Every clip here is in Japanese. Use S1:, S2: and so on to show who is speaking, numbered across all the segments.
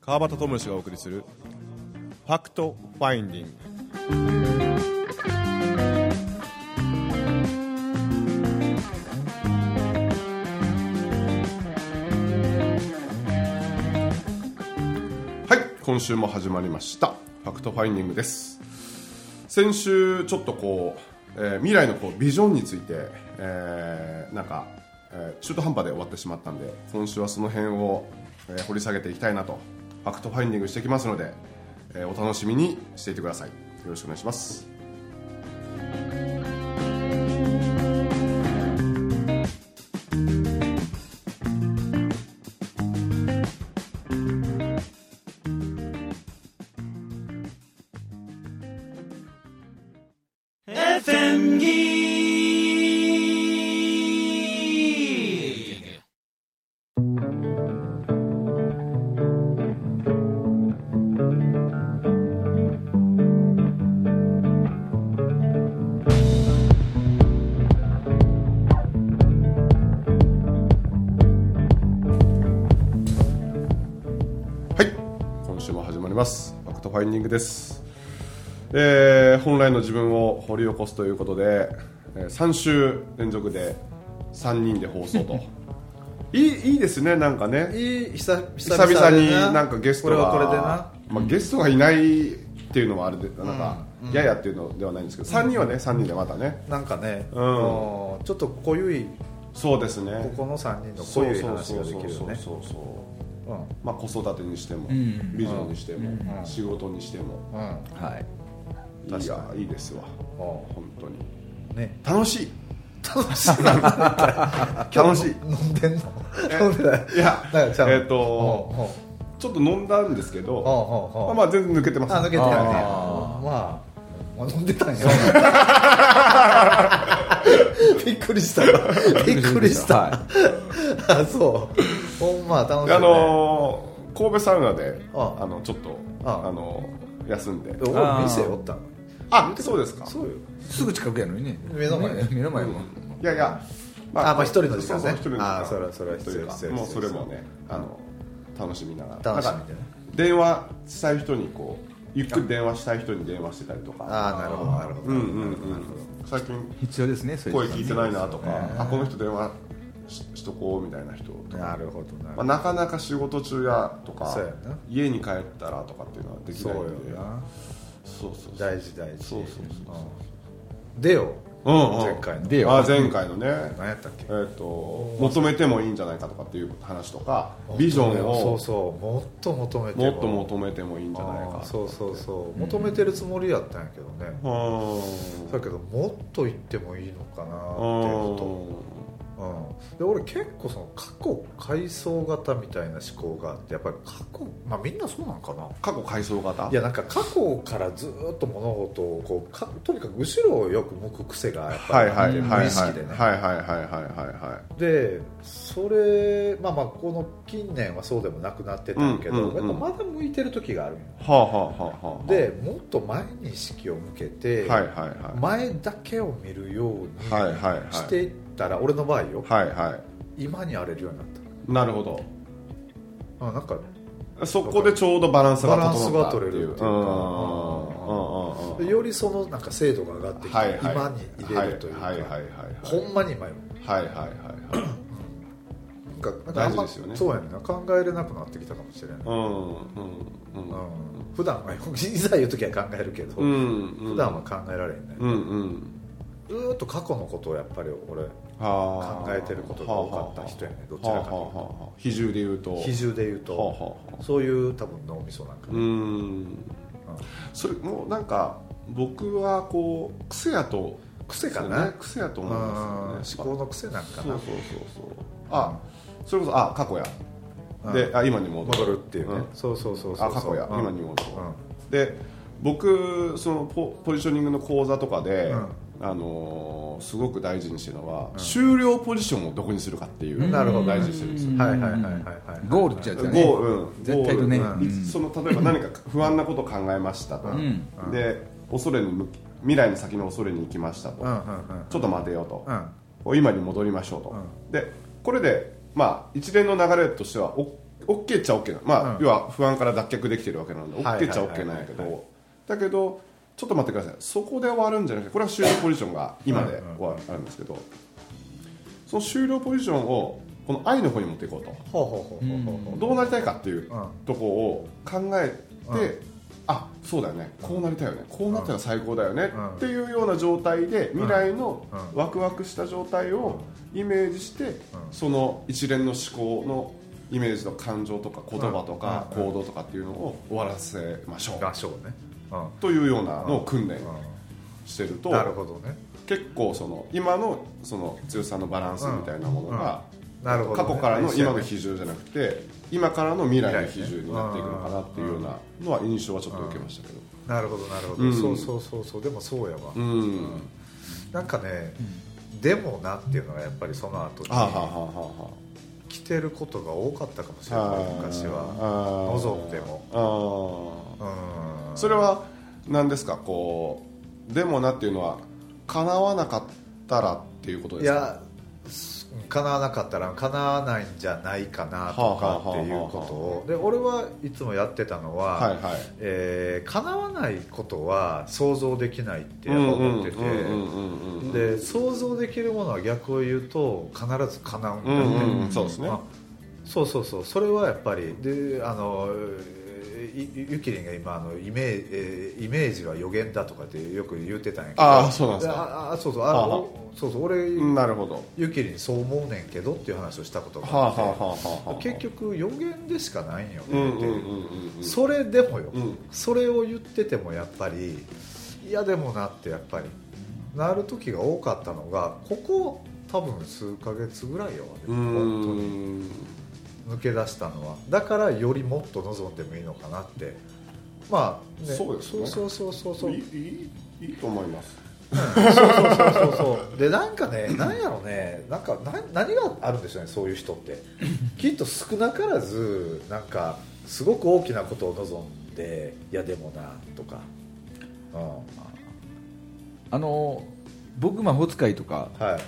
S1: 川端智之がお送りする「ファクトファインディング」はい今週も始まりました「ファクトファインディング」です先週ちょっとこう、えー未来のこうビジョンについて、えーなんか、えー中途半端で終わってしまったんで今週はその辺を、えー掘り下げていきたいなとファクトファインディングしてきますので、えーお楽しみにしていてくださいよろしくお願いしますはい今週も始まりますファクトファインディングです、えー本来の自分を掘り起こすということで、え3週連続で3人で放 送といいいいですねなんかね
S2: いい久々
S1: 久々になんかゲストが
S2: これはこれでな
S1: まあ、ゲストがいないっていうのはあれでなんか、ややっていうのではないんですけど3人はね3人でまたね
S2: なんかね、
S1: うん
S2: あのちょっと濃ゆい
S1: そうです
S2: こ
S1: ね
S2: この3人の
S1: そ
S2: 濃
S1: う
S2: ゆい
S1: そう
S2: 話
S1: そ
S2: が
S1: う
S2: で
S1: そ
S2: き
S1: う
S2: るよね
S1: そうそう
S2: うん
S1: まあ子育てにしても、ビジョンにしても、仕事にしても、
S2: うん
S3: はい、
S1: いやいいですわ
S2: う
S1: 本当に
S2: んね
S1: 楽しい
S2: 楽しいな
S1: 楽しい
S2: 飲んでんの
S1: え
S2: 飲んでない
S1: いや
S2: なんかちゃう
S1: えっ、
S2: お
S1: とちょっと飲んだんですけど、まあ、
S2: お
S1: まあ全然抜けてます
S2: あ抜けてたね
S3: あ
S2: まあまあ飲んでた んやびっくりしたびっくりした、
S3: は
S2: あそうほんま楽しい、ね、
S1: あのー神戸サウナであ
S2: あ
S1: のちょっと
S2: あ
S1: あのー休んで
S2: おい店おったの
S1: あそうですか
S2: そうよ
S3: い、すぐ近くやのにね
S2: 目の前
S3: ね目の前も、
S1: いやいや
S2: あまあ一人の時間ね
S1: そうそう一人の時間
S2: あそれはそれは必要必要
S1: もうそ
S2: 必
S1: れ
S2: 要
S1: もねあの楽しみながら
S2: 楽しみ
S1: なん
S2: で
S1: か
S2: ね
S1: 電話したい人にこうゆっくり電話したい人に電話してたりとか
S2: ああなるほどなるほど、
S1: うんうんうん最近
S3: 必要ですねそう
S1: 声
S3: う時間
S1: 聞い
S3: ね
S1: てないなとかあこの人電話ししとこうみたいな人とか
S2: なるほどなるほど、
S1: まあ、なかなか仕事中やとか
S2: そうやな
S1: 家に帰ったらとかっていうのはでき
S2: そう
S1: ない
S2: よ
S1: んで
S2: な
S1: そうそうそう
S2: 大事大事
S1: そうそうそうそう
S2: うんでよ
S1: うんうん
S2: 前回の
S3: でよ
S1: あ前回のね
S2: 何やったっけ
S1: えー、と求めてもいいんじゃないかとかっていう話とかビジョン
S2: そう
S1: を
S2: そうもっと求めて
S1: もっと求めてもいいんじゃない
S2: あ
S1: か
S2: ーそうそうそう求めてるつもりやったんやけどね、
S1: う
S2: だけどもっと言ってもいいのか
S1: ー
S2: なってこ
S1: ん
S2: と、うん、で俺結構その過去回想型みたいな思考があってやっぱり過去まあみんなそうなんかな
S1: 過去回想型
S2: いやなんか過去からずっと物事をこうかとにかく後ろをよく向く癖がやっぱ
S1: は
S2: り
S1: い
S2: あ
S1: は
S2: っ
S1: い
S2: て
S1: はいはい
S2: 無意識でね、
S1: はいはいはいはいはいはい
S2: でそれまあまあこの近年はそうでもなくなってたけど、
S1: うんうんうん
S2: やっぱまだ向いてる時があるんよ
S1: はあはあはあはあ
S2: でもっと前に意識を向けて、
S1: はいはいは
S2: 前だけを見るように
S1: いはいはいはい
S2: していったら、俺の場合よ
S1: はいは
S2: 今に荒れるようになっ
S1: いなるほど
S2: たあなんか
S1: そこでちょうどバランスが整った
S2: バランスが取れるっていうか
S1: うんうんうんうん
S2: よりそのなんか精度が上がってきて、
S1: はいはい
S2: 今に入れるというか、
S1: はいはいはいはい
S2: ほんまに今よ
S1: はいはいはいはい
S2: なんかなんかあんま
S1: 大事ですよね
S2: そうやねんな考えれなくなってきたかもしれない、
S1: うんうんうん
S2: うん、普段はいざ言う時は考えるけど、
S1: うんうん
S2: 普段は考えられへんね、
S1: うんうん
S2: ずーっと過去のことをやっぱり俺
S1: 考
S2: 考えてることが多かった人やねどちらかというと
S1: と比重で言うと
S2: 比重で言う
S1: はあは
S2: と
S1: あはあ
S2: そういう多分脳みそなんか
S1: うーんそれもうなんか僕はこう癖やと
S2: 癖か
S1: そう
S2: な、
S1: ね癖やと
S2: う
S1: 思
S2: ん
S1: うんですよ
S2: 思
S1: ね
S2: 考の癖なん
S1: そ
S2: か
S1: う
S2: な
S1: そうそうそうあそれこそあ過去や
S2: うん
S1: であ今に戻
S2: 戻るっていうね、
S1: うん
S2: そうそうそうそう
S1: あ過去や
S2: うん
S1: 今に戻る
S2: うん
S1: で僕そのポポジショニングの講座とかで、
S2: うん
S1: あのーすごく大事にしてるのは、終了ポジションをどこにするかっていう
S2: なるほど
S1: 大事にしてるんですよ。
S2: はいはいはいはいはい
S3: ゴールじゃ
S1: ゴ
S3: じゃ
S1: ー
S3: ね
S1: ルうん、
S3: 絶対とね
S1: ゴールいつその例えば何か不安なことを考えましたと、
S3: ん
S1: で恐れに向き未来の先の恐れに行きましたと、
S2: うんうんうん
S1: ちょっと待てよと
S2: う、ん
S1: 今に戻りましょうと、でこれで、まあ、一連の流れとしてはお OK っちゃ OK なまあ、
S2: うん
S1: 要は不安から脱却できてるわけなんで
S2: はい
S1: OK っちゃ OK なんやけ
S2: はいはいはいは
S1: どだけどちょっと待ってくださいそこで終わるんじゃなくてこれは終了ポジションが今で終わるあるんですけどその終了ポジションをこの愛の方に持っていこうと
S2: ほうほうほうほうほう
S1: どうなりたいかっていう
S2: うん
S1: とこを考えて、
S2: う
S1: あそうだよねこうなりたいよねこうなったら最高だよね、
S2: うん
S1: っていうような状態で未来の
S2: うん
S1: ワクワクした状態をイメージして、その一連の思考のイメージの感情とか言葉とか
S2: うん
S1: 行動とかっていうのを終わらせましょう
S2: 合唱ねう
S1: というようなのを訓練
S2: ん
S1: してると
S2: うんなるほどね
S1: 結構その今のその強さのバランスみたいなものが
S2: なるほど
S1: 過
S2: ね
S1: 去からの今の比
S2: 一
S1: 重じゃなくて今からの未来の比重になっていくのかなっていうようなのは印象はちょっと受けましたけど
S2: 緒やねなるほどなるほ
S1: う
S2: ど
S1: ん
S2: そうそうそうそうでもそうやわ
S1: うん
S2: なんかねでもなっていうのがやっぱりその後に
S1: はあはあはあは
S2: 来てることが多かったかもし
S1: あ
S2: れな
S1: はいあ
S2: 昔は
S1: は
S2: 望んでも
S1: あ
S2: うん
S1: あそれは何ですかこうでもなっていうのは叶わなかったらっていうこと
S2: い
S1: ですか
S2: やす叶わなかったら叶わないんじゃないかなと
S1: はあはあ
S2: か
S1: はあはあ
S2: っていうことをで俺はいつもやってたのは、
S1: はいはい
S2: えー叶わないことは想像できないってやっぱ
S1: うん
S2: 思ってて、
S1: うんうんうんうん
S2: で想像できるものは逆を言うと必ず叶うんだ
S1: う
S2: よ
S1: ん
S2: ね、
S1: うんうんそうですね
S2: あそうそうそうそれはやっぱりであのえーいゆきりんが今あのイメージ、えーイメージは予言だとかってよく言ってたんやけど
S1: あーそうなんですか
S2: ああそうそうあ
S1: はあはあ
S2: おそうそう俺、
S1: うんなるほど
S2: ゆきりんそう思うねんけどっていう話をしたこと
S1: はあ
S2: があ
S1: は
S2: って、
S1: あはあはあはあ
S2: 結局予言でしかないんよ
S1: うん
S2: ね
S1: う
S2: っ
S1: ん
S2: て
S1: う
S2: い
S1: ん
S2: う、
S1: うんうん
S2: それでもよ、
S1: うん
S2: それを言っててもやっぱりいやでもなってやっぱりなる時が多かったのがここ多分数ヶ月ぐらいよ、
S1: う
S2: 本当に
S1: ん
S2: 抜け出したのはだからよりもっと望んでもいいのかなってまあ、
S1: そうですね
S2: そうそうそうそうそう
S1: いいいいいいと思います
S2: そうそうそうでなんかねなんやろねなんかな何があるんでしょうねそういう人ってきっと少なからずなんかすごく大きなことを望んでいやでもなとか、う
S3: あの僕魔法使いとか
S2: ん、はい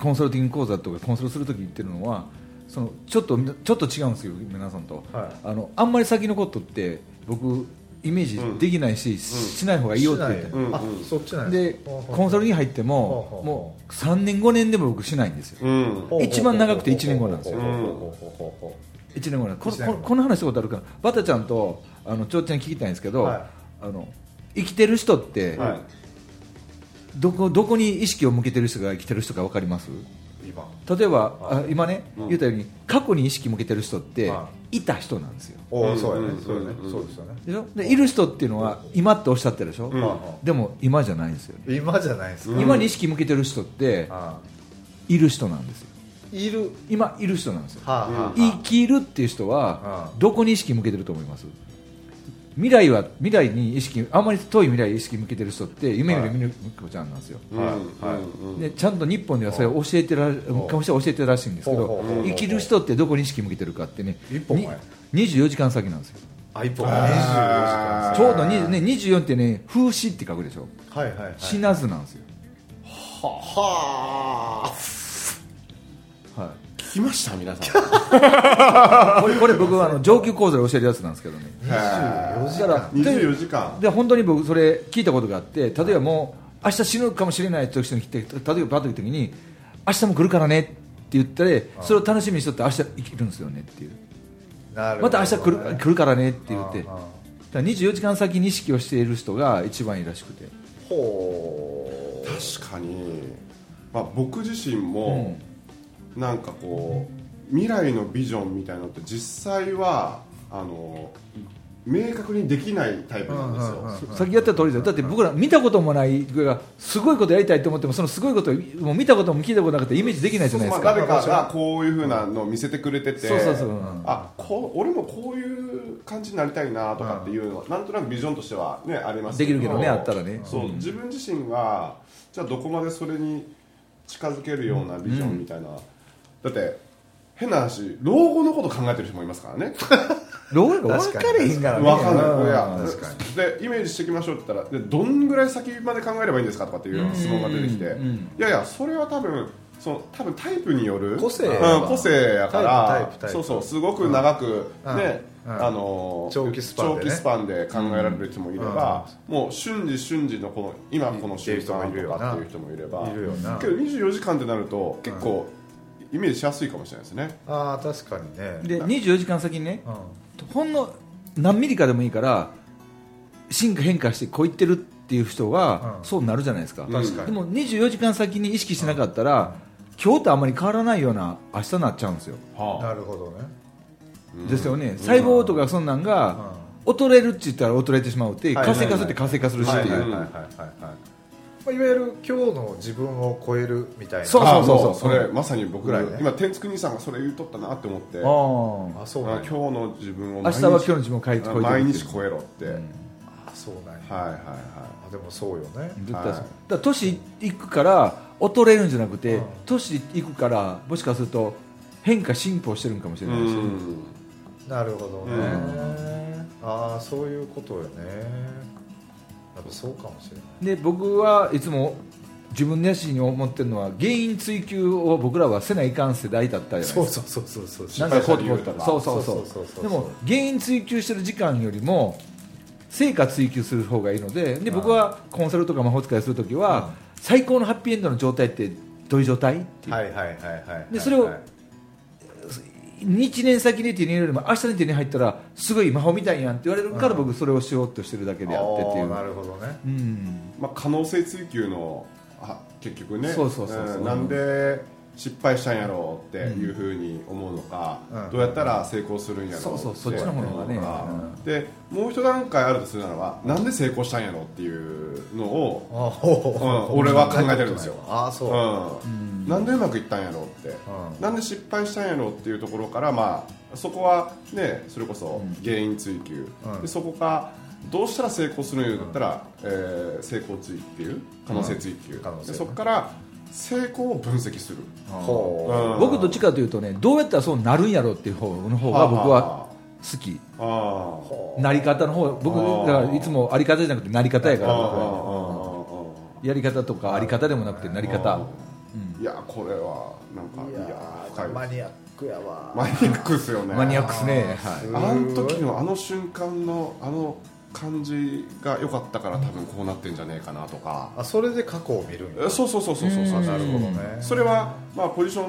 S3: コンサルティング講座とかコンサルするとき言ってるのはそのちょっとちょっと違うんですよ皆さんと
S2: はい
S3: あのあんまり先のことって僕イメージできないし、ししない方がいいよって言って
S2: し
S1: う
S2: ない
S1: ん
S2: あそっちなん
S3: でコンサルに
S2: に
S3: 入って
S2: ほ
S3: も
S2: うほ
S3: もう3年5年でも僕しないんですよ
S1: うん
S3: 一番長くて一年後なんですよ1年後なんでこの
S2: 一年後
S3: このこの話したことあるからバタちゃんとあのちょうちゃんに聞きたいんですけど、
S2: は
S3: あの生きてる人って、
S1: はい
S3: どこどこに意識を向けてる人が生きてる人か分かります
S2: い今
S3: 例えば、
S2: はい
S3: あ今ね、
S1: うん
S3: 言ったように過去に意識向けてる人って、、
S2: はい
S3: た人なんですよ
S2: おおそうや
S1: うん
S2: ねそうやね
S1: うん
S2: そうですよね
S3: でしょでいる人っていうのは今っておっしゃってるでしょ、
S1: うん
S2: は
S3: でも今じゃないんですよね、
S2: い今じゃないですか
S1: うん
S3: 今に意識向けてる人って
S2: あ
S3: いる人なんですよ
S2: いる
S3: 今いる人なんですよ
S2: はあはあはあ
S3: 生きるっていう人は
S2: あ
S3: どこに意識向けてると思います未来は未来に意識あんまり遠い未来に意識向けてる人って夢見る
S2: はい
S3: みるみこちゃんなんですよ、
S1: うん
S2: はいはい
S1: うん
S3: でちゃんと日本ではそれを教えてら
S2: ほう
S3: かもしれない教えてるらしいんですけ
S2: ほう
S3: ど
S2: ほうほう
S3: 生きる人ってどこに意識向けてるかってね
S2: 一歩前
S3: に24時間先なんですよ
S2: アイポン
S1: あー
S3: ちょうどに、ね、24ってね風刺って書くでしょ
S2: はいはいはい
S3: 死なずなんですよ、
S1: はあ
S3: はい
S1: 聞きました皆さん
S3: これこれ僕はあの上級講座で教えるやつなんですけどね
S2: 24時
S3: だから
S2: 間
S1: 24時間
S3: で本当に僕それ聞いたことがあって例えばもう明日死ぬかもしれないって人に来て例えばバッと来た時に明日も来るからねって言ったらそれを楽しみにしとって明日生きるんですよねっていう
S2: なるほ
S3: また
S2: ど
S3: 明
S2: ね
S3: 日来る来るからねって言ってだ
S2: あああ
S3: か
S2: あ
S3: ら24時間先に意識をしている人が一番いいらしくて
S2: ほう
S1: 確かに、まあ、僕自身も、なんかこう未来のビジョンみたいなのって実際はあの明確にできないタイプなんですよ、
S2: うんうんうん
S3: さっきやった通りだよだって僕ら見たこともない僕がすごいことやりたいと思ってもそのすごいことをもう見たことも聞いたことなくてイメージできないじ
S1: そ
S3: ゃ
S1: う
S3: ないで
S1: ますあ、
S3: か
S1: 誰かがこういうふうなのを見せてくれてて、
S3: そうそうそう
S1: あこう俺もこういう感じになりたいなとかっていうのは、なんとなくビジョンとしては、ね、あります
S3: できるけどねあったらね
S1: そう、
S3: うん
S1: 自分自身がじゃあどこまでそれに近づけるようなビジョンみたいな、だって変な話老後のこと考えてる人もいますからね
S3: 老眼が分かれへんからね
S1: わかん
S2: う
S1: ない
S2: ん
S1: いや
S2: 確か
S1: でイメージしていきましょうって言ったらでどんぐらい先まで考えればいいんですかとかっていう質問が出てきて、
S3: うんうんうん
S1: いやいやそれは多分そう多分タイプによる
S2: 個性
S1: うん、個性やか
S2: タイプタイプタ
S1: ら
S2: イプ
S1: そうそうすごく長く、
S2: うん
S1: ね、
S2: うん
S1: あのー
S2: 長期スパンでね
S1: 長期スパンで考えられる人もいれば、もう瞬時瞬時のこの今この瞬間とかっていう人もいれば
S2: いるよな
S1: けど24時間ってなると結構イメージしやすいかもしれないですね、
S2: ああ確かにね
S3: で24時間先にね
S2: うん
S3: ほんの何ミリかでもいいから進化変化してこう言ってるっていう人は
S2: うん
S3: そうなるじゃないですか、
S1: うん
S2: 確か
S3: で
S2: に
S3: も24時間先に意識してなかったら、今日とあまり変わらないような明日になっちゃうんですよ、
S1: は
S2: なるほどね
S1: うん
S3: ですよね、細胞とかそんなんが、衰えるって言ったら衰えてしまうって、
S2: はいはいは
S3: 活
S2: い
S3: 性化するって活性化す
S2: うん
S3: るしっていう、
S1: はいはい
S2: まあいわゆる今日の自分を超えるみたいな
S3: そう
S1: あ
S3: そう
S1: も
S3: そう
S1: それまさに僕
S2: ぐ
S1: ら、
S2: らいね
S1: 今天竺兄さんがそれ言うとったなって思って
S3: あー
S2: あそう
S1: あ
S2: なん
S1: 今
S2: や
S1: 日の自分を
S3: 明
S1: 毎
S3: 日
S1: 日
S3: は今日の自分を変えて
S1: あ
S3: こう言って
S1: 毎
S3: る
S1: 日超えろって、
S2: あそうなんや
S1: はいはいは
S2: あでもそうよね
S3: 絶対そう
S1: はい
S3: だから年いくから衰えるんじゃなくて、
S2: うん
S3: 年いくからもしかすると変化進歩してるんかもし
S1: い
S3: れないですね、
S2: なるほどね、
S1: う
S2: ああそういうことよねやっぱそうかもしれない
S3: で僕はいつも自分らしいに思ってるのは原因追求を僕らはせないかん世代だったじゃないですか
S2: そうそうそうそうそう
S3: なんかこうとこうと
S1: 失敗した理由と
S3: か
S1: か
S3: そうそうそう
S2: そうそうそうそう
S3: でも原因追求してる時間よりも成果追求する方がいいのでで僕はコンサルとか魔法使いするときは最高のハッピーエンドの状態ってどういう状態っていう、
S2: はいはいはいはい
S3: でそれを
S2: はい
S3: 1年先に手に入れるよりも明日に手に入ったらすごい魔法みたいやんって言われるから僕それをしようとしてるだけであってってい
S2: あーな
S3: う、
S2: るほどね
S3: うん、
S1: まあ、可能性追求のあ結局ね
S3: そうそうそうそうん
S1: なんで失敗したんやろうっていうふうに思うのか、
S2: うん
S1: どうやったら成功するんやろ
S3: そうそう
S1: て
S3: そっちの方がね
S1: 思うかでもう一段階あるとするならばなんで成功したんやろうっていうのを、
S2: あー
S1: うん俺は考えてるんですよ
S2: ああそう、
S1: うんなんでうまくいったんやろうって、
S2: うん
S1: なんで失敗したんやろうっていうところから、まあ、そこは、ね、それこそ原因追求、
S2: うん
S1: でそこかどうしたら成功するんやったら、えー成功追求可能性追求、
S2: 可能性
S1: でそこから成功を分析する、
S2: ほう、
S1: うん
S3: 僕どっちかというとねどうやったらそうなるんやろうっていう方の方が僕は好き
S1: あああ
S2: ほう
S3: なり方の方僕
S1: あー
S3: だからいつもあり方じゃなくてなり方や
S1: あ
S3: か
S1: ああ
S3: ら
S1: あ
S3: 僕はやり方とかあり方でもなくてなり
S1: あ
S3: 方
S1: あいやこれはなんかいや
S2: いやー
S1: 深い
S2: マニアックやわ
S1: マニアックですよね
S3: マニアックっすね
S2: あー
S3: はい
S2: すごい
S1: あの時のあの瞬間のあの感じが良かったから多分こうなってんじゃねえかなとか
S2: あそれで過去を見るんや
S1: えそうそうそうそうそうそううんなるほど
S2: ね
S1: それはまあポジショ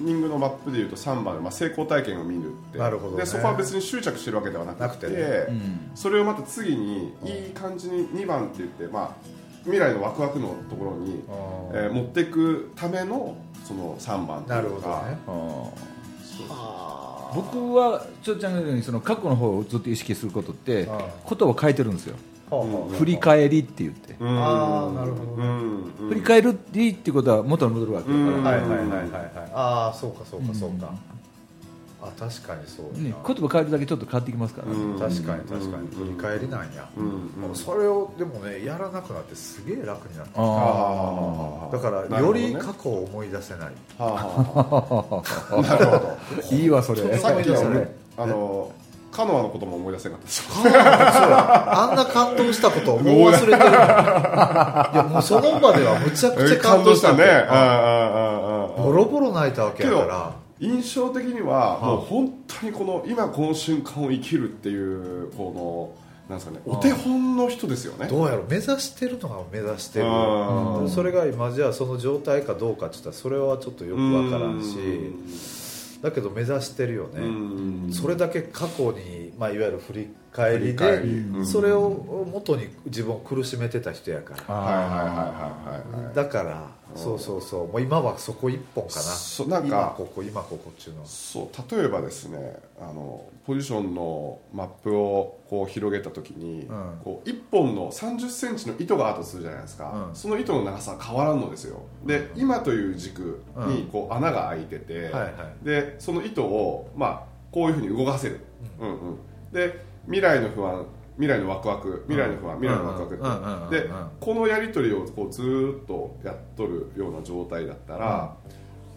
S1: ニングのマップでいうと3番で、まあ、成功体験を見るって
S2: なるほどね
S1: でそこは別に執着してるわけではなくて
S2: なくてね
S3: うん
S1: それをまた次にいい感じに2番って言って、まあ、未来のワクワクのところに、
S2: あ
S1: えー
S2: ー
S1: 持っていくためのその3番って
S2: ないる
S1: う
S2: ほ
S1: か
S2: どね
S1: あ
S3: 僕はちょちゃんが言うようにその過去の方をずっと意識することって
S2: あ
S3: 言葉を変えてるんですよ
S2: ほうほう
S3: 振り返りって言って
S1: ーうん
S2: あーなるほどね
S1: うんうん
S3: 振り返るっていいってことは元に戻るわけだ
S1: うん
S3: か
S2: はいはいはいはいはいああそうかそうかそうか、あ確かにそう
S3: ら、
S2: や
S3: ね
S2: な、
S3: 言葉変えるだけちょっと変わってきますから、
S1: うん
S2: 確かに確か
S1: うん
S2: に振り返りなんや、
S1: うんうん
S2: それをでもねやらなくなってすげえ楽になった
S1: あー
S2: だから
S1: なる
S2: よ
S1: ほどね
S2: り過去を思い出せない
S1: はあはあはあ なるほ
S3: あいいわそれ
S2: ちょっと
S1: どさっき
S2: そ
S1: の
S2: れ
S1: あのカノアのことも思い出せなかったです
S2: そうあんな感動したことをもう忘れてる いやもうその場ではむちゃくちゃ感動した
S1: 感
S2: ん
S1: ね
S2: だよ
S1: ああああああ
S2: ボロボロ泣いたわけやから
S1: 印象的にはもう
S2: はあ
S1: 本当にこの今この瞬間を生きるっていうこのなんですかねお手本の人ですよね
S2: どうやろう目指してるのが目指してる
S1: あ
S2: それが今じゃあその状態かどうかって言ったらそれはちょっとよくわからんしだけど目指してるよ
S1: うん
S2: ねそれだけ過去に、まあ、いわゆる振り返り
S1: 振り
S2: で
S1: 返りうん
S2: それを元に自分を苦しめてた人やから
S1: はいはいはいはいはいはい
S2: だからそうそうそうもう今はそこ一本か
S1: そ
S2: な
S1: なんか
S2: 今ここ今ここっていうのは
S1: そう例えばですねあのポジションのマップをこう広げた時に、
S2: うん
S1: こう1本の3 0ンチの糸があるとするじゃないですか、
S2: うん
S1: その糸の長さは変わらんのですよで今という軸にこう穴が開いてて、
S2: はいは
S1: でその糸を、まあ、こういうふうに動かせる、うんうんで未来の不安未来のワクワク未来の不安、未来のワクワクって、
S2: うんうんうん
S1: で、
S2: うんうん
S1: このやり取りをこうずーっとやっとるような状態だったら、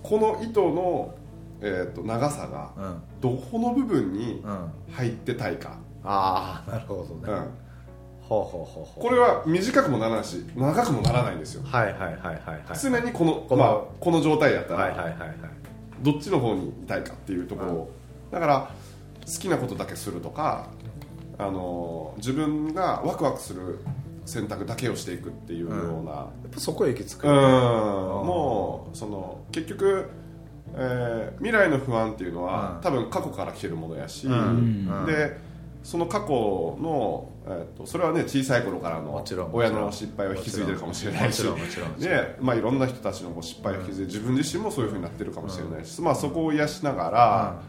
S1: この糸の、えー、と長さが
S2: うんうん
S1: どこの部分に
S2: あ
S1: 入ってたいか、
S2: あーなるほど
S1: うん
S2: ねほうほうほうほう
S1: これは短くもならないし長くもならないんですよ
S2: はいはいはいはいはい
S1: 常にこの,、
S2: この
S1: まあ、この状態やった
S2: はいはいはい
S1: ら
S2: はい
S1: どっちの方にいたいかっていうところをだから好きなことだけするとかあの自分がワクワクする選択だけをしていくっていうような、
S2: やっぱそこへ行き着く、
S1: うんもうその結局、えー未来の不安っていうのは、
S2: うん
S1: 多分過去から来てるものやし、
S2: うん
S1: でその過去の、えー、とそれはね小さい頃から
S2: も
S1: の
S2: ちろん
S1: 親の失敗を引き継いでるかもしれないし
S2: もちろんもちろんもちろん
S1: ねまあ、いろんな人たちのこう失敗を引き継いで自分自身もそういうふうになってるかもしれないし、まあ、そこを癒しながら、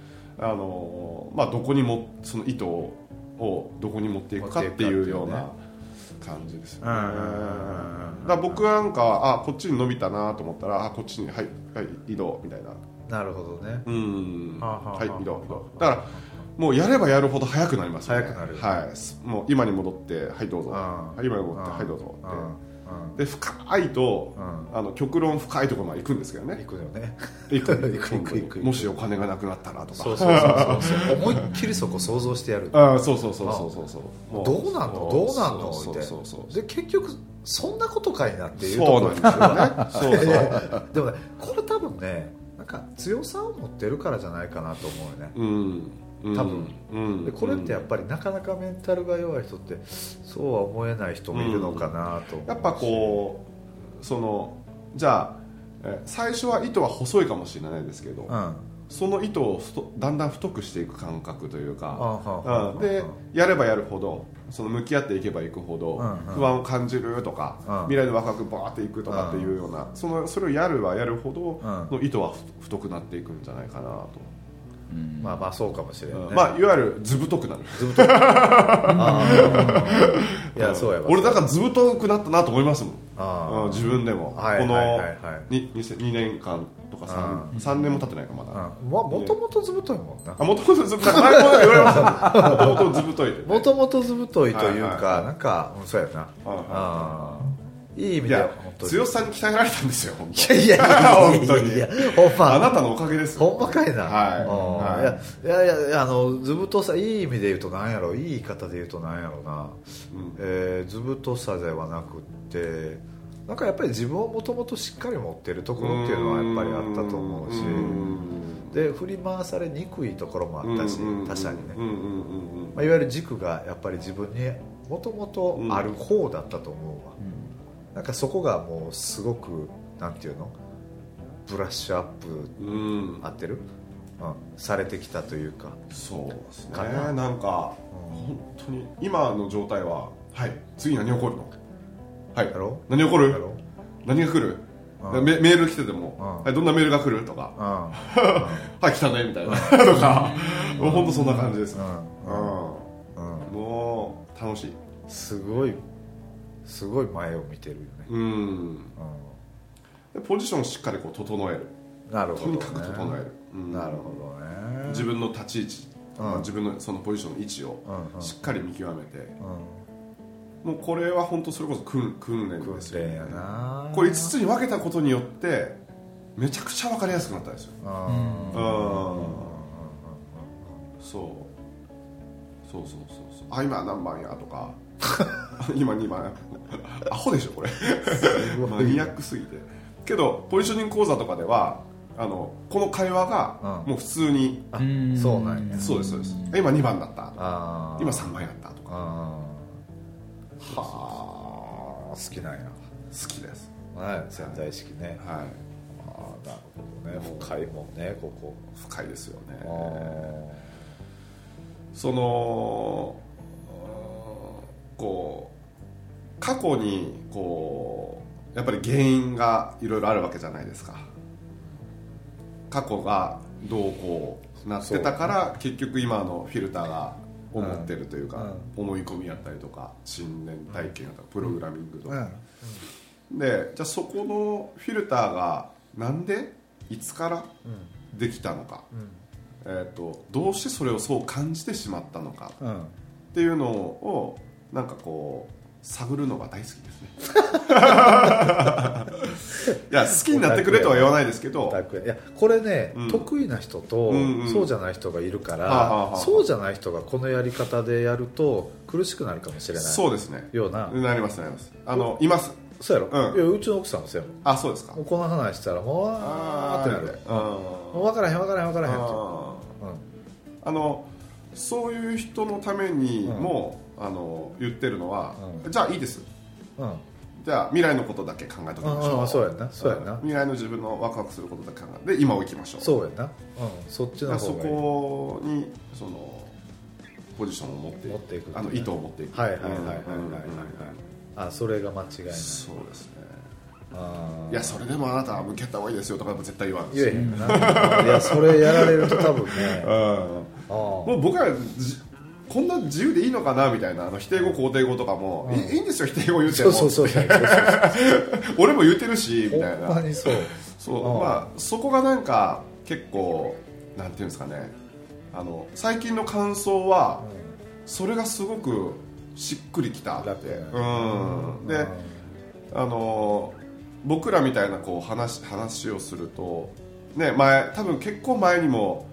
S1: あのまあ、どこにもその意図をどこに持っていくかっていうような感じですよね。
S2: うんうんうんうんうん
S1: だから僕なんかはあこっちに伸びたなと思ったらあこっちにはい、はい、移動みたいな
S2: なるほどね
S1: うん
S2: はあはあはあ
S1: はい移動移動だからもうやればやるほど早くなりますよね
S2: 早くなる
S1: はいすもう今に戻ってはいどうぞ
S2: うん
S1: はい今に戻って
S2: うん
S1: はいどうぞ
S2: うん
S1: ってで深いと
S2: うん
S1: あの極論深いところまで行くんですけど
S2: うん
S1: ね
S2: 行くよね
S1: 行く
S2: 行く行く行く
S1: もしお金がなくなったらとか
S2: そうそうそうそう 思いっきりそこ想像してやる
S1: あーそうそうそうそうそうそうも
S2: どうなんのどうなんの
S1: そ
S2: み
S1: うそ
S2: た
S1: う
S2: い
S1: そうそう
S2: なで結局そんなことかいな っていうとこ
S1: そう
S2: ろ
S1: なんですよねそうそう
S2: でもねこれ多分ねなんか強さを持ってるからじゃないかなと思うよね
S1: うんうん
S2: 多分
S1: うん
S2: でこれってやっぱりなかなかメンタルが弱い人ってそうは思えない人もいるのかなと思う
S1: やっぱこうそのじゃあえー最初は糸は細いかもしれないですけど、
S2: うんうん
S1: その糸をふとだんだん太くしていく感覚というか、
S2: うん
S1: う
S2: うんん
S1: でやればやるほどその向き合っていけばいくほど、
S2: うんうん
S1: 不安を感じるとか、
S2: うん
S1: 未来の若くバーっていくとかっていうような、そのそれをやるはやるほど
S2: う
S1: の糸はふ太くなっていくんじゃないかなと、
S3: うん
S2: まあまあそうかもしれんね
S1: うんまあいわゆるずぶとくなる
S2: ずぶといあーいやそうやわ
S1: 俺だからずぶとくなったなと思いますもん
S2: あ
S1: うん自分でも、
S2: はいはいはい
S1: こ
S2: は
S1: の
S2: い
S1: に 2, 年間とか 3, 3年も経ってないかまだ、
S2: あもともとずぶといもんな
S1: あもともとずぶとい前も言われましたもともとずぶとい
S2: もともとずぶといという
S1: はいはい
S2: かなんかうんそうやな
S1: はいはい
S2: あーいい意味
S1: い
S2: で
S1: や
S2: は本当に
S1: 強さに鍛えられたんですよ本当
S2: いやいや
S1: 本当に
S2: いやいやほんま
S1: あなたのおかげですよ
S2: ほんまかいな、
S1: はいは
S2: うんいやいやいやいやあのずぶとさいい意味で言うとなんやろいい言い方で言うとなんやろな、
S1: うん
S2: えーずぶとさではなくってなんかやっぱり自分をもともとしっかり持ってるところっていうのはやっぱりあったと思うし
S1: うん
S2: で振り回されにくいところもあったし
S1: うん
S2: 他者にね
S1: う、んうんうんうん
S2: まあ、いわゆる軸がやっぱり自分にもともとある方だったと思うわ、なんかそこがもうすごくなんていうのブラッシュアップ
S1: うん
S2: 合ってる、うん、されてきたというか
S1: そうですね
S2: かな
S1: なんか本当に今の状態ははい次何起こるのはい
S2: やろ
S1: 何起こ
S2: や
S1: る
S2: ろ
S1: 何が来る
S2: うん
S1: メメール来てて
S2: う
S1: も
S2: ん
S1: はいどんなメールが来るとか
S2: うんうん
S1: はい来たねみたいな とかもう本当そんな感じですうん
S2: うんうん
S1: もう楽しい
S2: すごいすごい前を見てるよね、
S1: うん
S2: う
S1: でポジションをしっかりこう整える
S2: ん、なるほ
S1: と
S2: ど、ね、
S1: にかく整える、うん
S2: なるほどね
S1: 自分の立ち位置、
S2: うん
S1: まあ自分のそのポジションの位置を
S2: うんうん
S1: しっかり見極めて、
S2: う
S1: もうこれは本当それこそ訓訓練
S2: ん
S1: です
S2: 訓
S1: よ
S2: 練
S1: ね
S2: やな
S1: これ5つに分けたことによってめちゃくちゃ分かりやすくなったんですよ、
S2: うん
S1: そうそうそうそうそうあ今何番やとか 今2番やアホでしょこれ
S2: ごい
S1: マニアックすぎてけどポジショニング講座とかではあのこの会話が
S2: うん
S1: もう普通に、
S2: あそうなんや
S1: そうですそうです今2番だったとか
S2: あー
S1: 今3番やったとか
S2: あ
S1: はあ
S2: ー好きなんや
S1: 好きです
S2: はい潜在意識ね
S1: はい
S2: ああなるほどね深いもんねここ
S1: 深いですよね
S2: あー
S1: そのうんこう過去にこうやっぱり原因がいろいろあるわけじゃないですか過去がどうこうなってたから結局今のフィルターが思ってるというか、思い込みやったりとか信念体験やったりプログラミングとか、でじゃあそこのフィルターがなんでいつからできたのか、えー、とどうしてそれをそう感じてしまったのか
S2: うんうん
S1: っていうのをなんかこう探るのが大好き ですねいや好きになってくれとは言わないですけど
S2: 全くいやこれね、
S1: うん
S2: 得意な人と、
S1: うんうん
S2: そうじゃない人がいるから、
S1: はあはあはあ
S2: そうじゃない人がこのやり方でやると苦しくなるかもしれない
S1: そうですね
S2: ような、
S1: なりますなりますあのいます
S2: そうやろ、
S1: うん
S2: いやうちの奥さんもそうや
S1: あそうですか
S2: ろもうこの話したらもうわーってなる
S1: うん
S2: もう分からへん分からへん分からへんって
S1: あ
S2: うん
S1: ーあのそういう人のためにも、あの言ってるのは、
S2: う
S1: じゃあいいです
S2: うん
S1: じゃあ未来のことだけ考えときまし
S2: うん
S1: ょ
S2: う
S1: うん
S2: そうやんなそうやんなん
S1: 未来の自分のワクワクすることだけ考えて今を生きましょう
S2: そうやな、うん、そっち
S1: だ
S2: の
S1: からそ
S2: 方がいい
S1: こにそのポジションを持っていく
S2: 持っていく
S1: あの意図を持っていく
S2: はいはいはいはいはいはい
S1: うんうんうん
S2: あそれが間違いな
S1: そう
S2: い
S1: ですね
S2: あー
S1: いやそれでもあなたは向けた方がいいですよとかも絶対言わない
S2: 言え へんないやそれやられると多分ね
S1: うん
S2: あ ー
S1: もう僕はじこんな自由でいいのかなみたいなあの否定語肯定語とかも、いいいんですよ否定語言って
S2: そ
S1: も
S2: うそうそうそうそう
S1: 俺も言ってるしみたい
S2: ほんま
S1: な
S2: にそう
S1: そう
S2: うん
S1: まあそこがなんか結構なんていうんですかねあの最近の感想は、それがすごくしっくりきたって
S2: 楽や
S1: うんで、あの僕らみたいなこう話話をすると、ね、前多分結構前にも、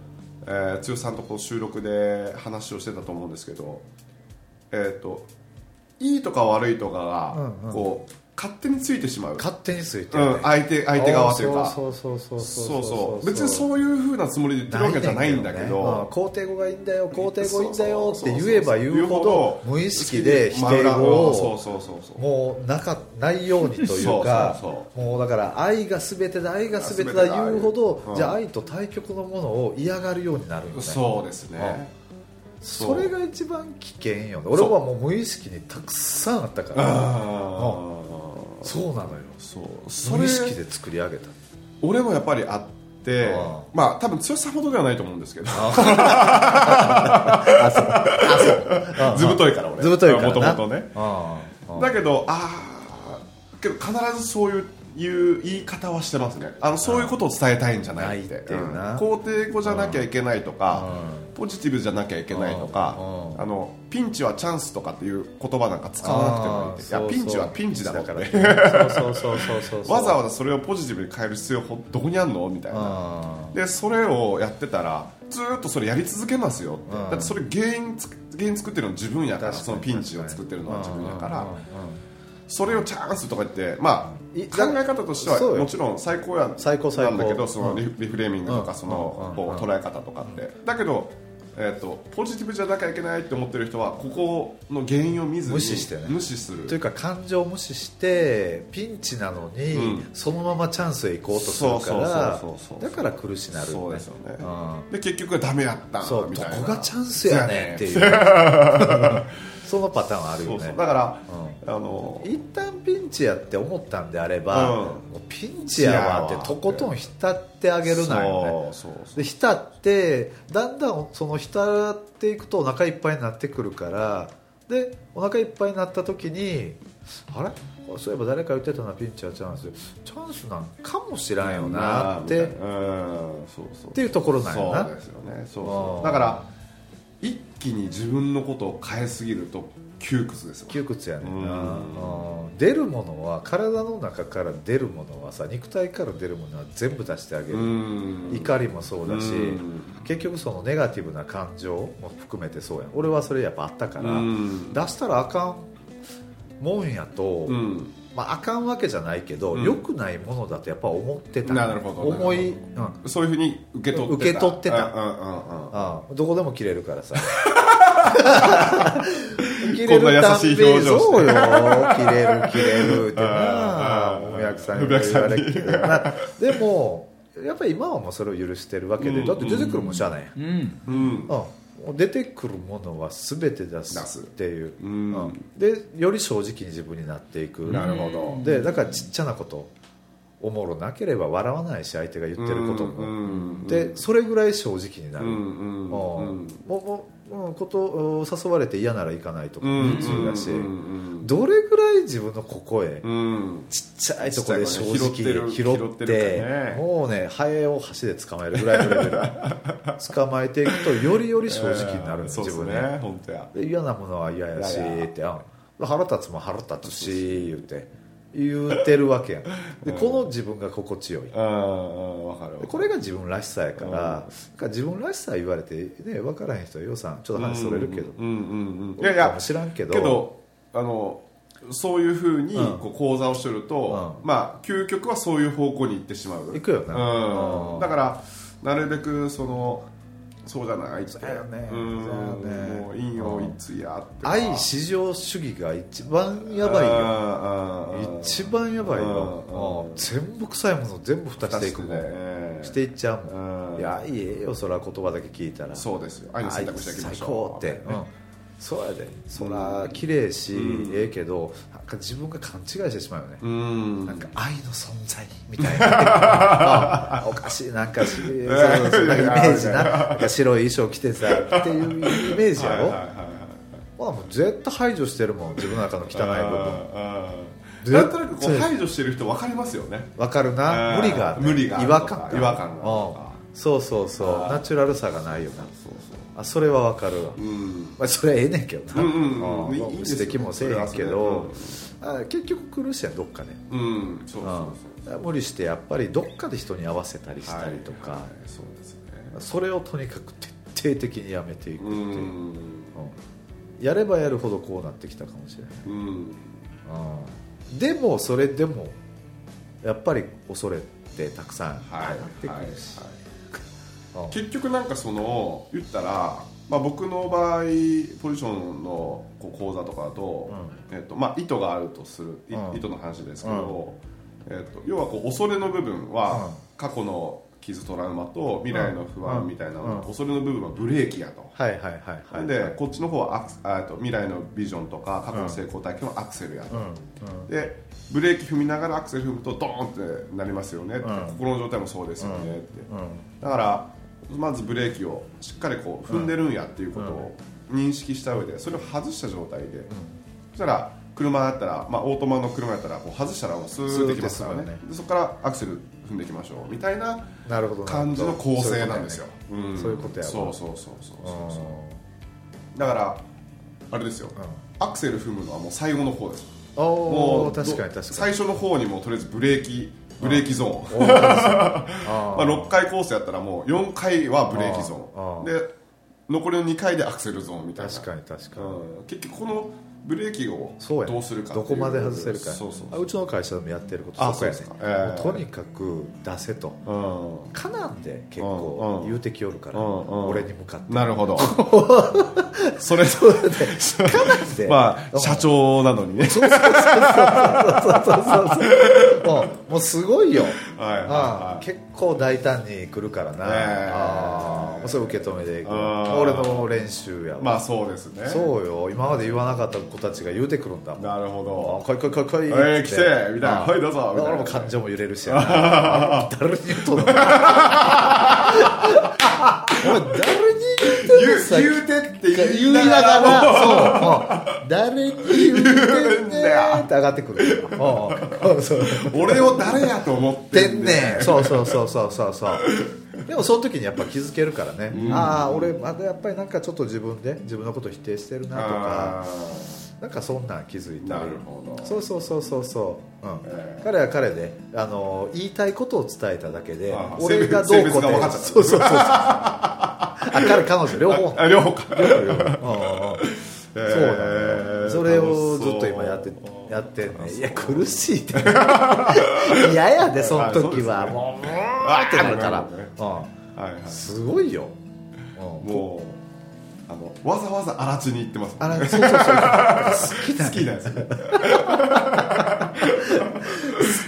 S1: えー、剛さんとこう収録で話をしてたと思うんですけど、えー、といいとか悪いとかが、
S2: うんうん
S1: こう勝手についてしまう、
S2: 勝手について
S1: う
S2: るね
S1: ん、相手相手側というか
S2: そうそうそうそう
S1: そうそう別に
S2: う
S1: そういうふうなつもりで言ってるわけじゃないんだけ
S2: ねうん
S1: ど。
S2: 肯定語がいいんだよ肯定語いいんだよって言えば言
S1: そうそうそ
S2: うほ
S1: う
S2: ど
S1: そう
S2: 無意識で否定語
S1: そう
S2: を
S1: そうそうそう
S2: もうなかないようにというか
S1: そうそうそ
S2: もうだから愛が全てだ愛が全てだ言うほ
S1: う
S2: ど
S1: ん
S2: じゃあ愛と対極のものを嫌がるようになるよね
S1: そうですね
S2: それが一番危険よね俺はもう無意識にたくさんあったから
S1: ああ
S2: そうなのよ
S1: そうそ
S2: 無
S1: れ
S2: 意識で作り上げた
S1: 俺もやっぱりあって
S2: あ
S1: まあ多分剛さんほどではないと思うんですけど
S2: あ
S1: ずぶといから俺
S2: ずぶといからな
S1: もともとね
S2: ああああ
S1: だけどああけど必ずそういういう言い方はしてますねあのそういうことを伝えたいんじゃないって
S2: ないっていうな
S1: うん肯定語じゃなきゃいけないとか
S2: うん
S1: ポジティブじゃなきゃいけないとか
S2: うんうん
S1: あのピンチはチャンスとかっていう言葉なんか使わなくてもいいってい
S2: あ
S1: や
S2: ー
S1: ピンチはピンチだろ
S2: そう
S1: って
S2: そうそうそうそうそうそう
S1: わざわざそれをポジティブに変える必要ほどこにあんのみたいな
S2: あ
S1: でそれをやってたらずーっとそれやり続けますよって、
S2: うん
S1: だってそれ原因つ原因作ってるの自分やから
S2: 確かに
S1: そのピンチを作ってるのは自分やから、
S2: うんうんうん
S1: それをチャンスとか言ってまあ
S2: い
S1: 考え方としては
S2: そうよ
S1: もちろん最高や
S2: 最高最高
S1: なんだけどそのリフリフレーミングと
S2: う
S1: か
S2: ん
S1: その
S2: うん
S1: こう捉え方とかってだけど、えー、とポジティブじゃなきゃいけないって思ってる人はここの原因を見ずに
S2: 無視してね
S1: 無視する
S2: というか感情を無視してピンチなのに、
S1: うん
S2: そのままチャンスへ行こうとするから
S1: そうそうそうそうそう
S2: だから苦しなる
S1: そう
S2: よ
S1: で
S2: ね
S1: すよね、
S2: う
S1: で
S2: ん
S1: 結局はダメやった
S2: そう
S1: み
S2: ど
S1: たいな
S2: こがチャンスやねんっていう そのパターンある
S1: そ
S2: よね
S1: うそうだから、あの
S2: 一旦ピンチやって思ったんであれば、
S1: うん
S2: もうピンチやわってとことん浸ってあげるなよね
S1: そうそうそう
S2: で浸ってだんだんその浸っていくとお腹いっぱいになってくるからでお腹いっぱいになった時にあれそういえば誰か言ってたなピンチはチャンスチャンスなんかもしらんよなって
S1: う
S2: っ
S1: んそうそう
S2: ていうところなんよ
S1: そう
S2: な
S1: ですよねそう
S2: う
S1: そ
S2: ん
S1: うだから一気に自分のことを変えすぎると窮屈ですよ
S2: 窮屈やねんな
S1: うん
S2: うん出るものは体の中から出るものはさ肉体から出るものは全部出してあげ
S1: う
S2: る、
S1: ん
S2: 怒りもそうだし、
S1: うん
S2: 結局そのネガティブな感情も含めてそうやん俺はそれやっぱあったから、
S1: うん
S2: 出したらあかんもんやと、
S1: うん
S2: まあ、あかんわけじゃないけど、
S1: うん
S2: 良くないものだとやっぱ思ってた
S1: なるほど
S2: 思い、うん
S1: そういうふうに受け取ってた
S2: 受け取ってた
S1: うんうんうん
S2: ああどこでも切れるか らさ切
S1: こんな優しい表情して
S2: そうよ切れる切れるっ て
S1: ああ
S2: な
S1: ああ
S2: お客さんに
S1: お客
S2: 言
S1: さ
S2: わ
S1: ん
S2: れ
S1: に
S2: るけどなでもやっぱり今はもうそれを許してるわけで、
S1: うん
S2: だって出てくるもんしゃあないやん、
S3: うん
S1: うん
S2: うんもう出てくるものは全て出
S1: 出
S2: す
S1: す
S2: っていう
S1: うん
S2: でより正直に自分になっていく
S1: なるほど
S2: でだからちっちゃなことおもろなければ笑わないし相手が言ってること
S1: う
S2: も、
S1: ん
S2: でそれぐらい正直にな
S1: う
S2: る、
S1: ん
S2: うん
S1: うんうん
S2: もうもううんことうん誘われて嫌なら行かないとか
S1: うん
S2: 普通だし、
S1: うん
S2: どれぐらい自分のここへ、
S1: うん
S2: ちっちゃいところで正
S1: ち
S2: 直
S1: っちゃい
S2: に
S1: 子ね
S2: 拾
S1: 拾
S2: っ
S1: っててる拾ってるからね
S2: もうねハエを箸で捕まえるぐらいのレ ベル捕まえていくとよりより正直にな
S1: え
S2: る、
S1: ー
S2: 自
S1: そうです
S2: 分ね
S1: ね本当や
S2: で嫌なものは嫌やし
S1: 嫌や
S2: ってあ腹立つもん腹立つし言うて言うてるわけやんでこの自分が心地よい
S1: ああわかるわかる
S2: これが自分らしさやからだから自分らしさ言われて、ね、分からへん人はようさんちょっと話それるけど、
S1: うんうんうん
S2: い
S1: いやいや
S2: 知らんけど
S1: けどあのそういうふうに
S2: うん
S1: こう講座をしてると、まあ究極はそういう方向に行ってしまう
S2: 行くよな
S1: うん
S2: うん
S1: だからなるべくそのそうじゃないって
S2: そうやね
S1: ん
S2: そうやね
S1: もういいよいつやって
S2: 愛至上主義が一番やばいよ
S1: よ
S2: 一番やばいよ
S1: うん
S2: 全部臭いもの全部蓋していくもんしていっちゃうもんいやいいえよそら言葉だけ聞いたら
S1: そうですよ愛の選択肢だけ見ま
S2: 最
S1: しょう
S2: 高って、うん、そうやでそら綺麗し、
S1: うん
S2: ええけどなんか自分が勘違いしてしまうよね、
S1: うん
S2: なんか愛の存在みたいな あおかしいなんかしそうそうそうなんかイメ ージななんか白い衣装着てさっていうイメージやろ、
S1: はいはいはいはい
S2: ほらもう絶対排除してるもん自分の中の汚い部分
S1: あー
S2: で
S1: なんとなくこう排除してる人分かりますよね
S2: わかる
S1: う
S2: な
S1: ん
S2: 無理があるね
S1: 無理がある
S2: 違和感が
S1: 違和感が
S2: うんそうそうそう
S1: あー
S2: ナチュラルさがないよな
S1: そうそ
S2: あそれはわかるわ
S1: ううん
S2: まあ、それはええねんけどな、
S1: うんうんうん
S2: あ
S1: いい
S2: あ
S1: いいですよ
S2: 指摘もせえへんけど、あ結局苦しいやんどっかね、
S1: うんそうそう
S2: ああ無理してやっぱりどっかで人に合わせたり
S1: そ
S2: し
S1: う
S2: たりとか、
S1: はいはいそうですね
S2: それをとにかく徹底的にやめていくっ
S1: う
S2: ていう、うん
S1: ん
S2: やればやるほどこうなってきたかもしれない、
S1: うん
S2: ああでもそれでもやっぱり恐れってたくさん
S1: はいは
S2: あ
S1: い
S2: ってく
S1: はい
S2: るし、ああ
S1: 結局なんかその言ったらまあ僕の場合ポジションのこう講座とかだとえっとまあ意図があるとするい
S2: うん
S1: 意図の話ですけどえっと要はこう恐れの部分は過去の傷トラウマと未来の不安みたいなの
S2: うん
S1: と恐れの部分はブレーキやと
S2: はいはいはいはい
S1: でこっちの方はアクセあえっと未来のビジョンとか過去の成功体験はアクセルやと、
S2: うんうん
S1: でブレーキ踏みながらアクセル踏むとドーンってなりますよねって、
S2: うん
S1: 心の状態もそうですよねって、
S2: うん
S1: だからまずブレーキをしっかりこう踏んでるんやっていうことを認識した上でそれを外した状態で、そしたら車だったら、まあ、オートマの車やったらこう外したらもうスーッてきますから
S2: スーッ
S1: ね
S2: て進む
S1: でそこからアクセル踏んでいきましょうみたいな
S2: なるほどなるほど
S1: 感じの構成なんですよん
S2: そういうことやわ
S1: そうそうそうそうそ
S2: そういう
S1: う
S2: ことや
S1: そう
S2: わ
S1: だからあれですよ、
S2: うん
S1: アクセル踏むのはもう最後の方です
S2: ああ
S1: もう
S2: 確かに
S1: ど
S2: 確かに
S1: 最初の方にもうとりあえずブレーキブレーキゾーン
S2: おー
S1: ま
S2: あ
S1: あ、6回コースやったらもう4回はブレーキゾーン
S2: あ
S1: で残りの2回でアクセルゾーンみたいな
S2: 確かに確かに、
S1: うん結局このブレーキを
S2: そうやね
S1: どうするかってい
S2: ど
S1: う
S2: こまで外せるか
S1: そうそう
S2: あうちの会社でもやってること
S1: あ
S2: そこやね
S1: そうですかええ
S2: もうとにかく出せと
S1: うん
S2: かなんで結
S1: うんう
S2: 構
S1: ん
S2: 言うてきよるから、
S1: うんうん
S2: 俺に向かって
S1: なるほ どそれ
S2: かなん で、
S1: まあ社長なのにね
S2: そうそうそうそうそうそうそうも うもうすごいよ
S1: はいはいはい
S2: ああ結構大胆に来るからな、
S1: ねえ
S2: ああもうそれ受け止めていく
S1: ああ
S2: 俺の練習やわ、
S1: まあそうですね
S2: そうよ今まで言わなかった子たちが言うてくるんだもん
S1: なるほど
S2: あ来い来い来い来い
S1: えー
S2: っ
S1: 来てみたいな
S2: あ
S1: はいどうぞみたいな
S2: 俺も感情も揺れるし やな誰に言うとんの お前誰に言うとん
S1: 言
S2: の
S1: う
S2: さっき
S1: 言うてって言
S2: 言
S1: い
S2: い
S1: なが
S2: なが
S1: ら
S2: らそううん誰に言うてんねんって上がってくるうんうんそう
S1: 俺を誰やと思って
S2: てんねんそうそうそうそうそうそうでもその時にやっぱ気づけるからね、ああ俺まだやっぱりなんかちょっと自分で自分のこと否定してるなとか
S1: あ
S2: なんかそんなん気づい
S1: ー
S2: た
S1: な
S2: り
S1: るほど
S2: そうそうそうそうそう、うん
S1: え
S2: 彼は彼であの言いたいことを伝えただけで
S1: あー
S2: 俺がどう
S1: 性別
S2: こう
S1: 性別が分かっちゃった
S2: そうそうそうそうあ彼彼女両方
S1: あ両方か
S2: 両方両 方うんうんうんそうなの
S1: え
S2: よ
S1: ー
S2: それをずっと今やってやってんねいや苦しいって 嫌やでその時は
S1: あ
S2: もうう
S1: わ
S2: ー
S1: ー
S2: ってなるから
S1: ってなる
S2: う
S1: はいはい
S2: んすごいようん
S1: もうあのわざわざ荒地に行ってます
S2: あ らそうそうそう好きな
S1: 好
S2: の
S1: きなんですよ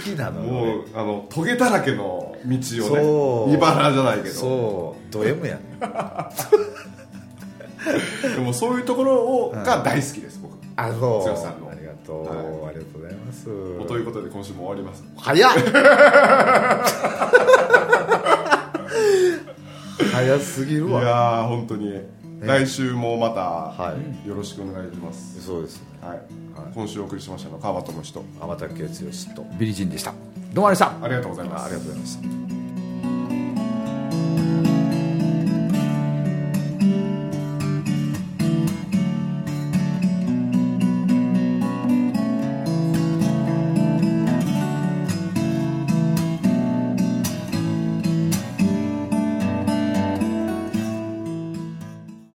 S2: 好きなのよ
S1: もうあのトゲだらけの道
S2: そ
S1: を
S2: う
S1: ね茨じゃないけど
S2: そうド M やね
S1: でもそういうところをが大好きです僕
S2: あの
S1: 剛さんの
S2: ありがとう、
S1: は
S2: ありがとうございます
S1: もうということで今週も終わります
S2: 早っ早すぎ
S1: い
S2: る
S1: や
S2: わ
S1: ー本当に来週もまた
S2: い
S1: よろしくお願いします
S2: そうですね
S1: はい今週お送りしましたのは川端の人
S2: 天竹剛と
S3: ビリジンでしたどうもありがとうございました
S1: ありがとうございます
S2: ありがとうございました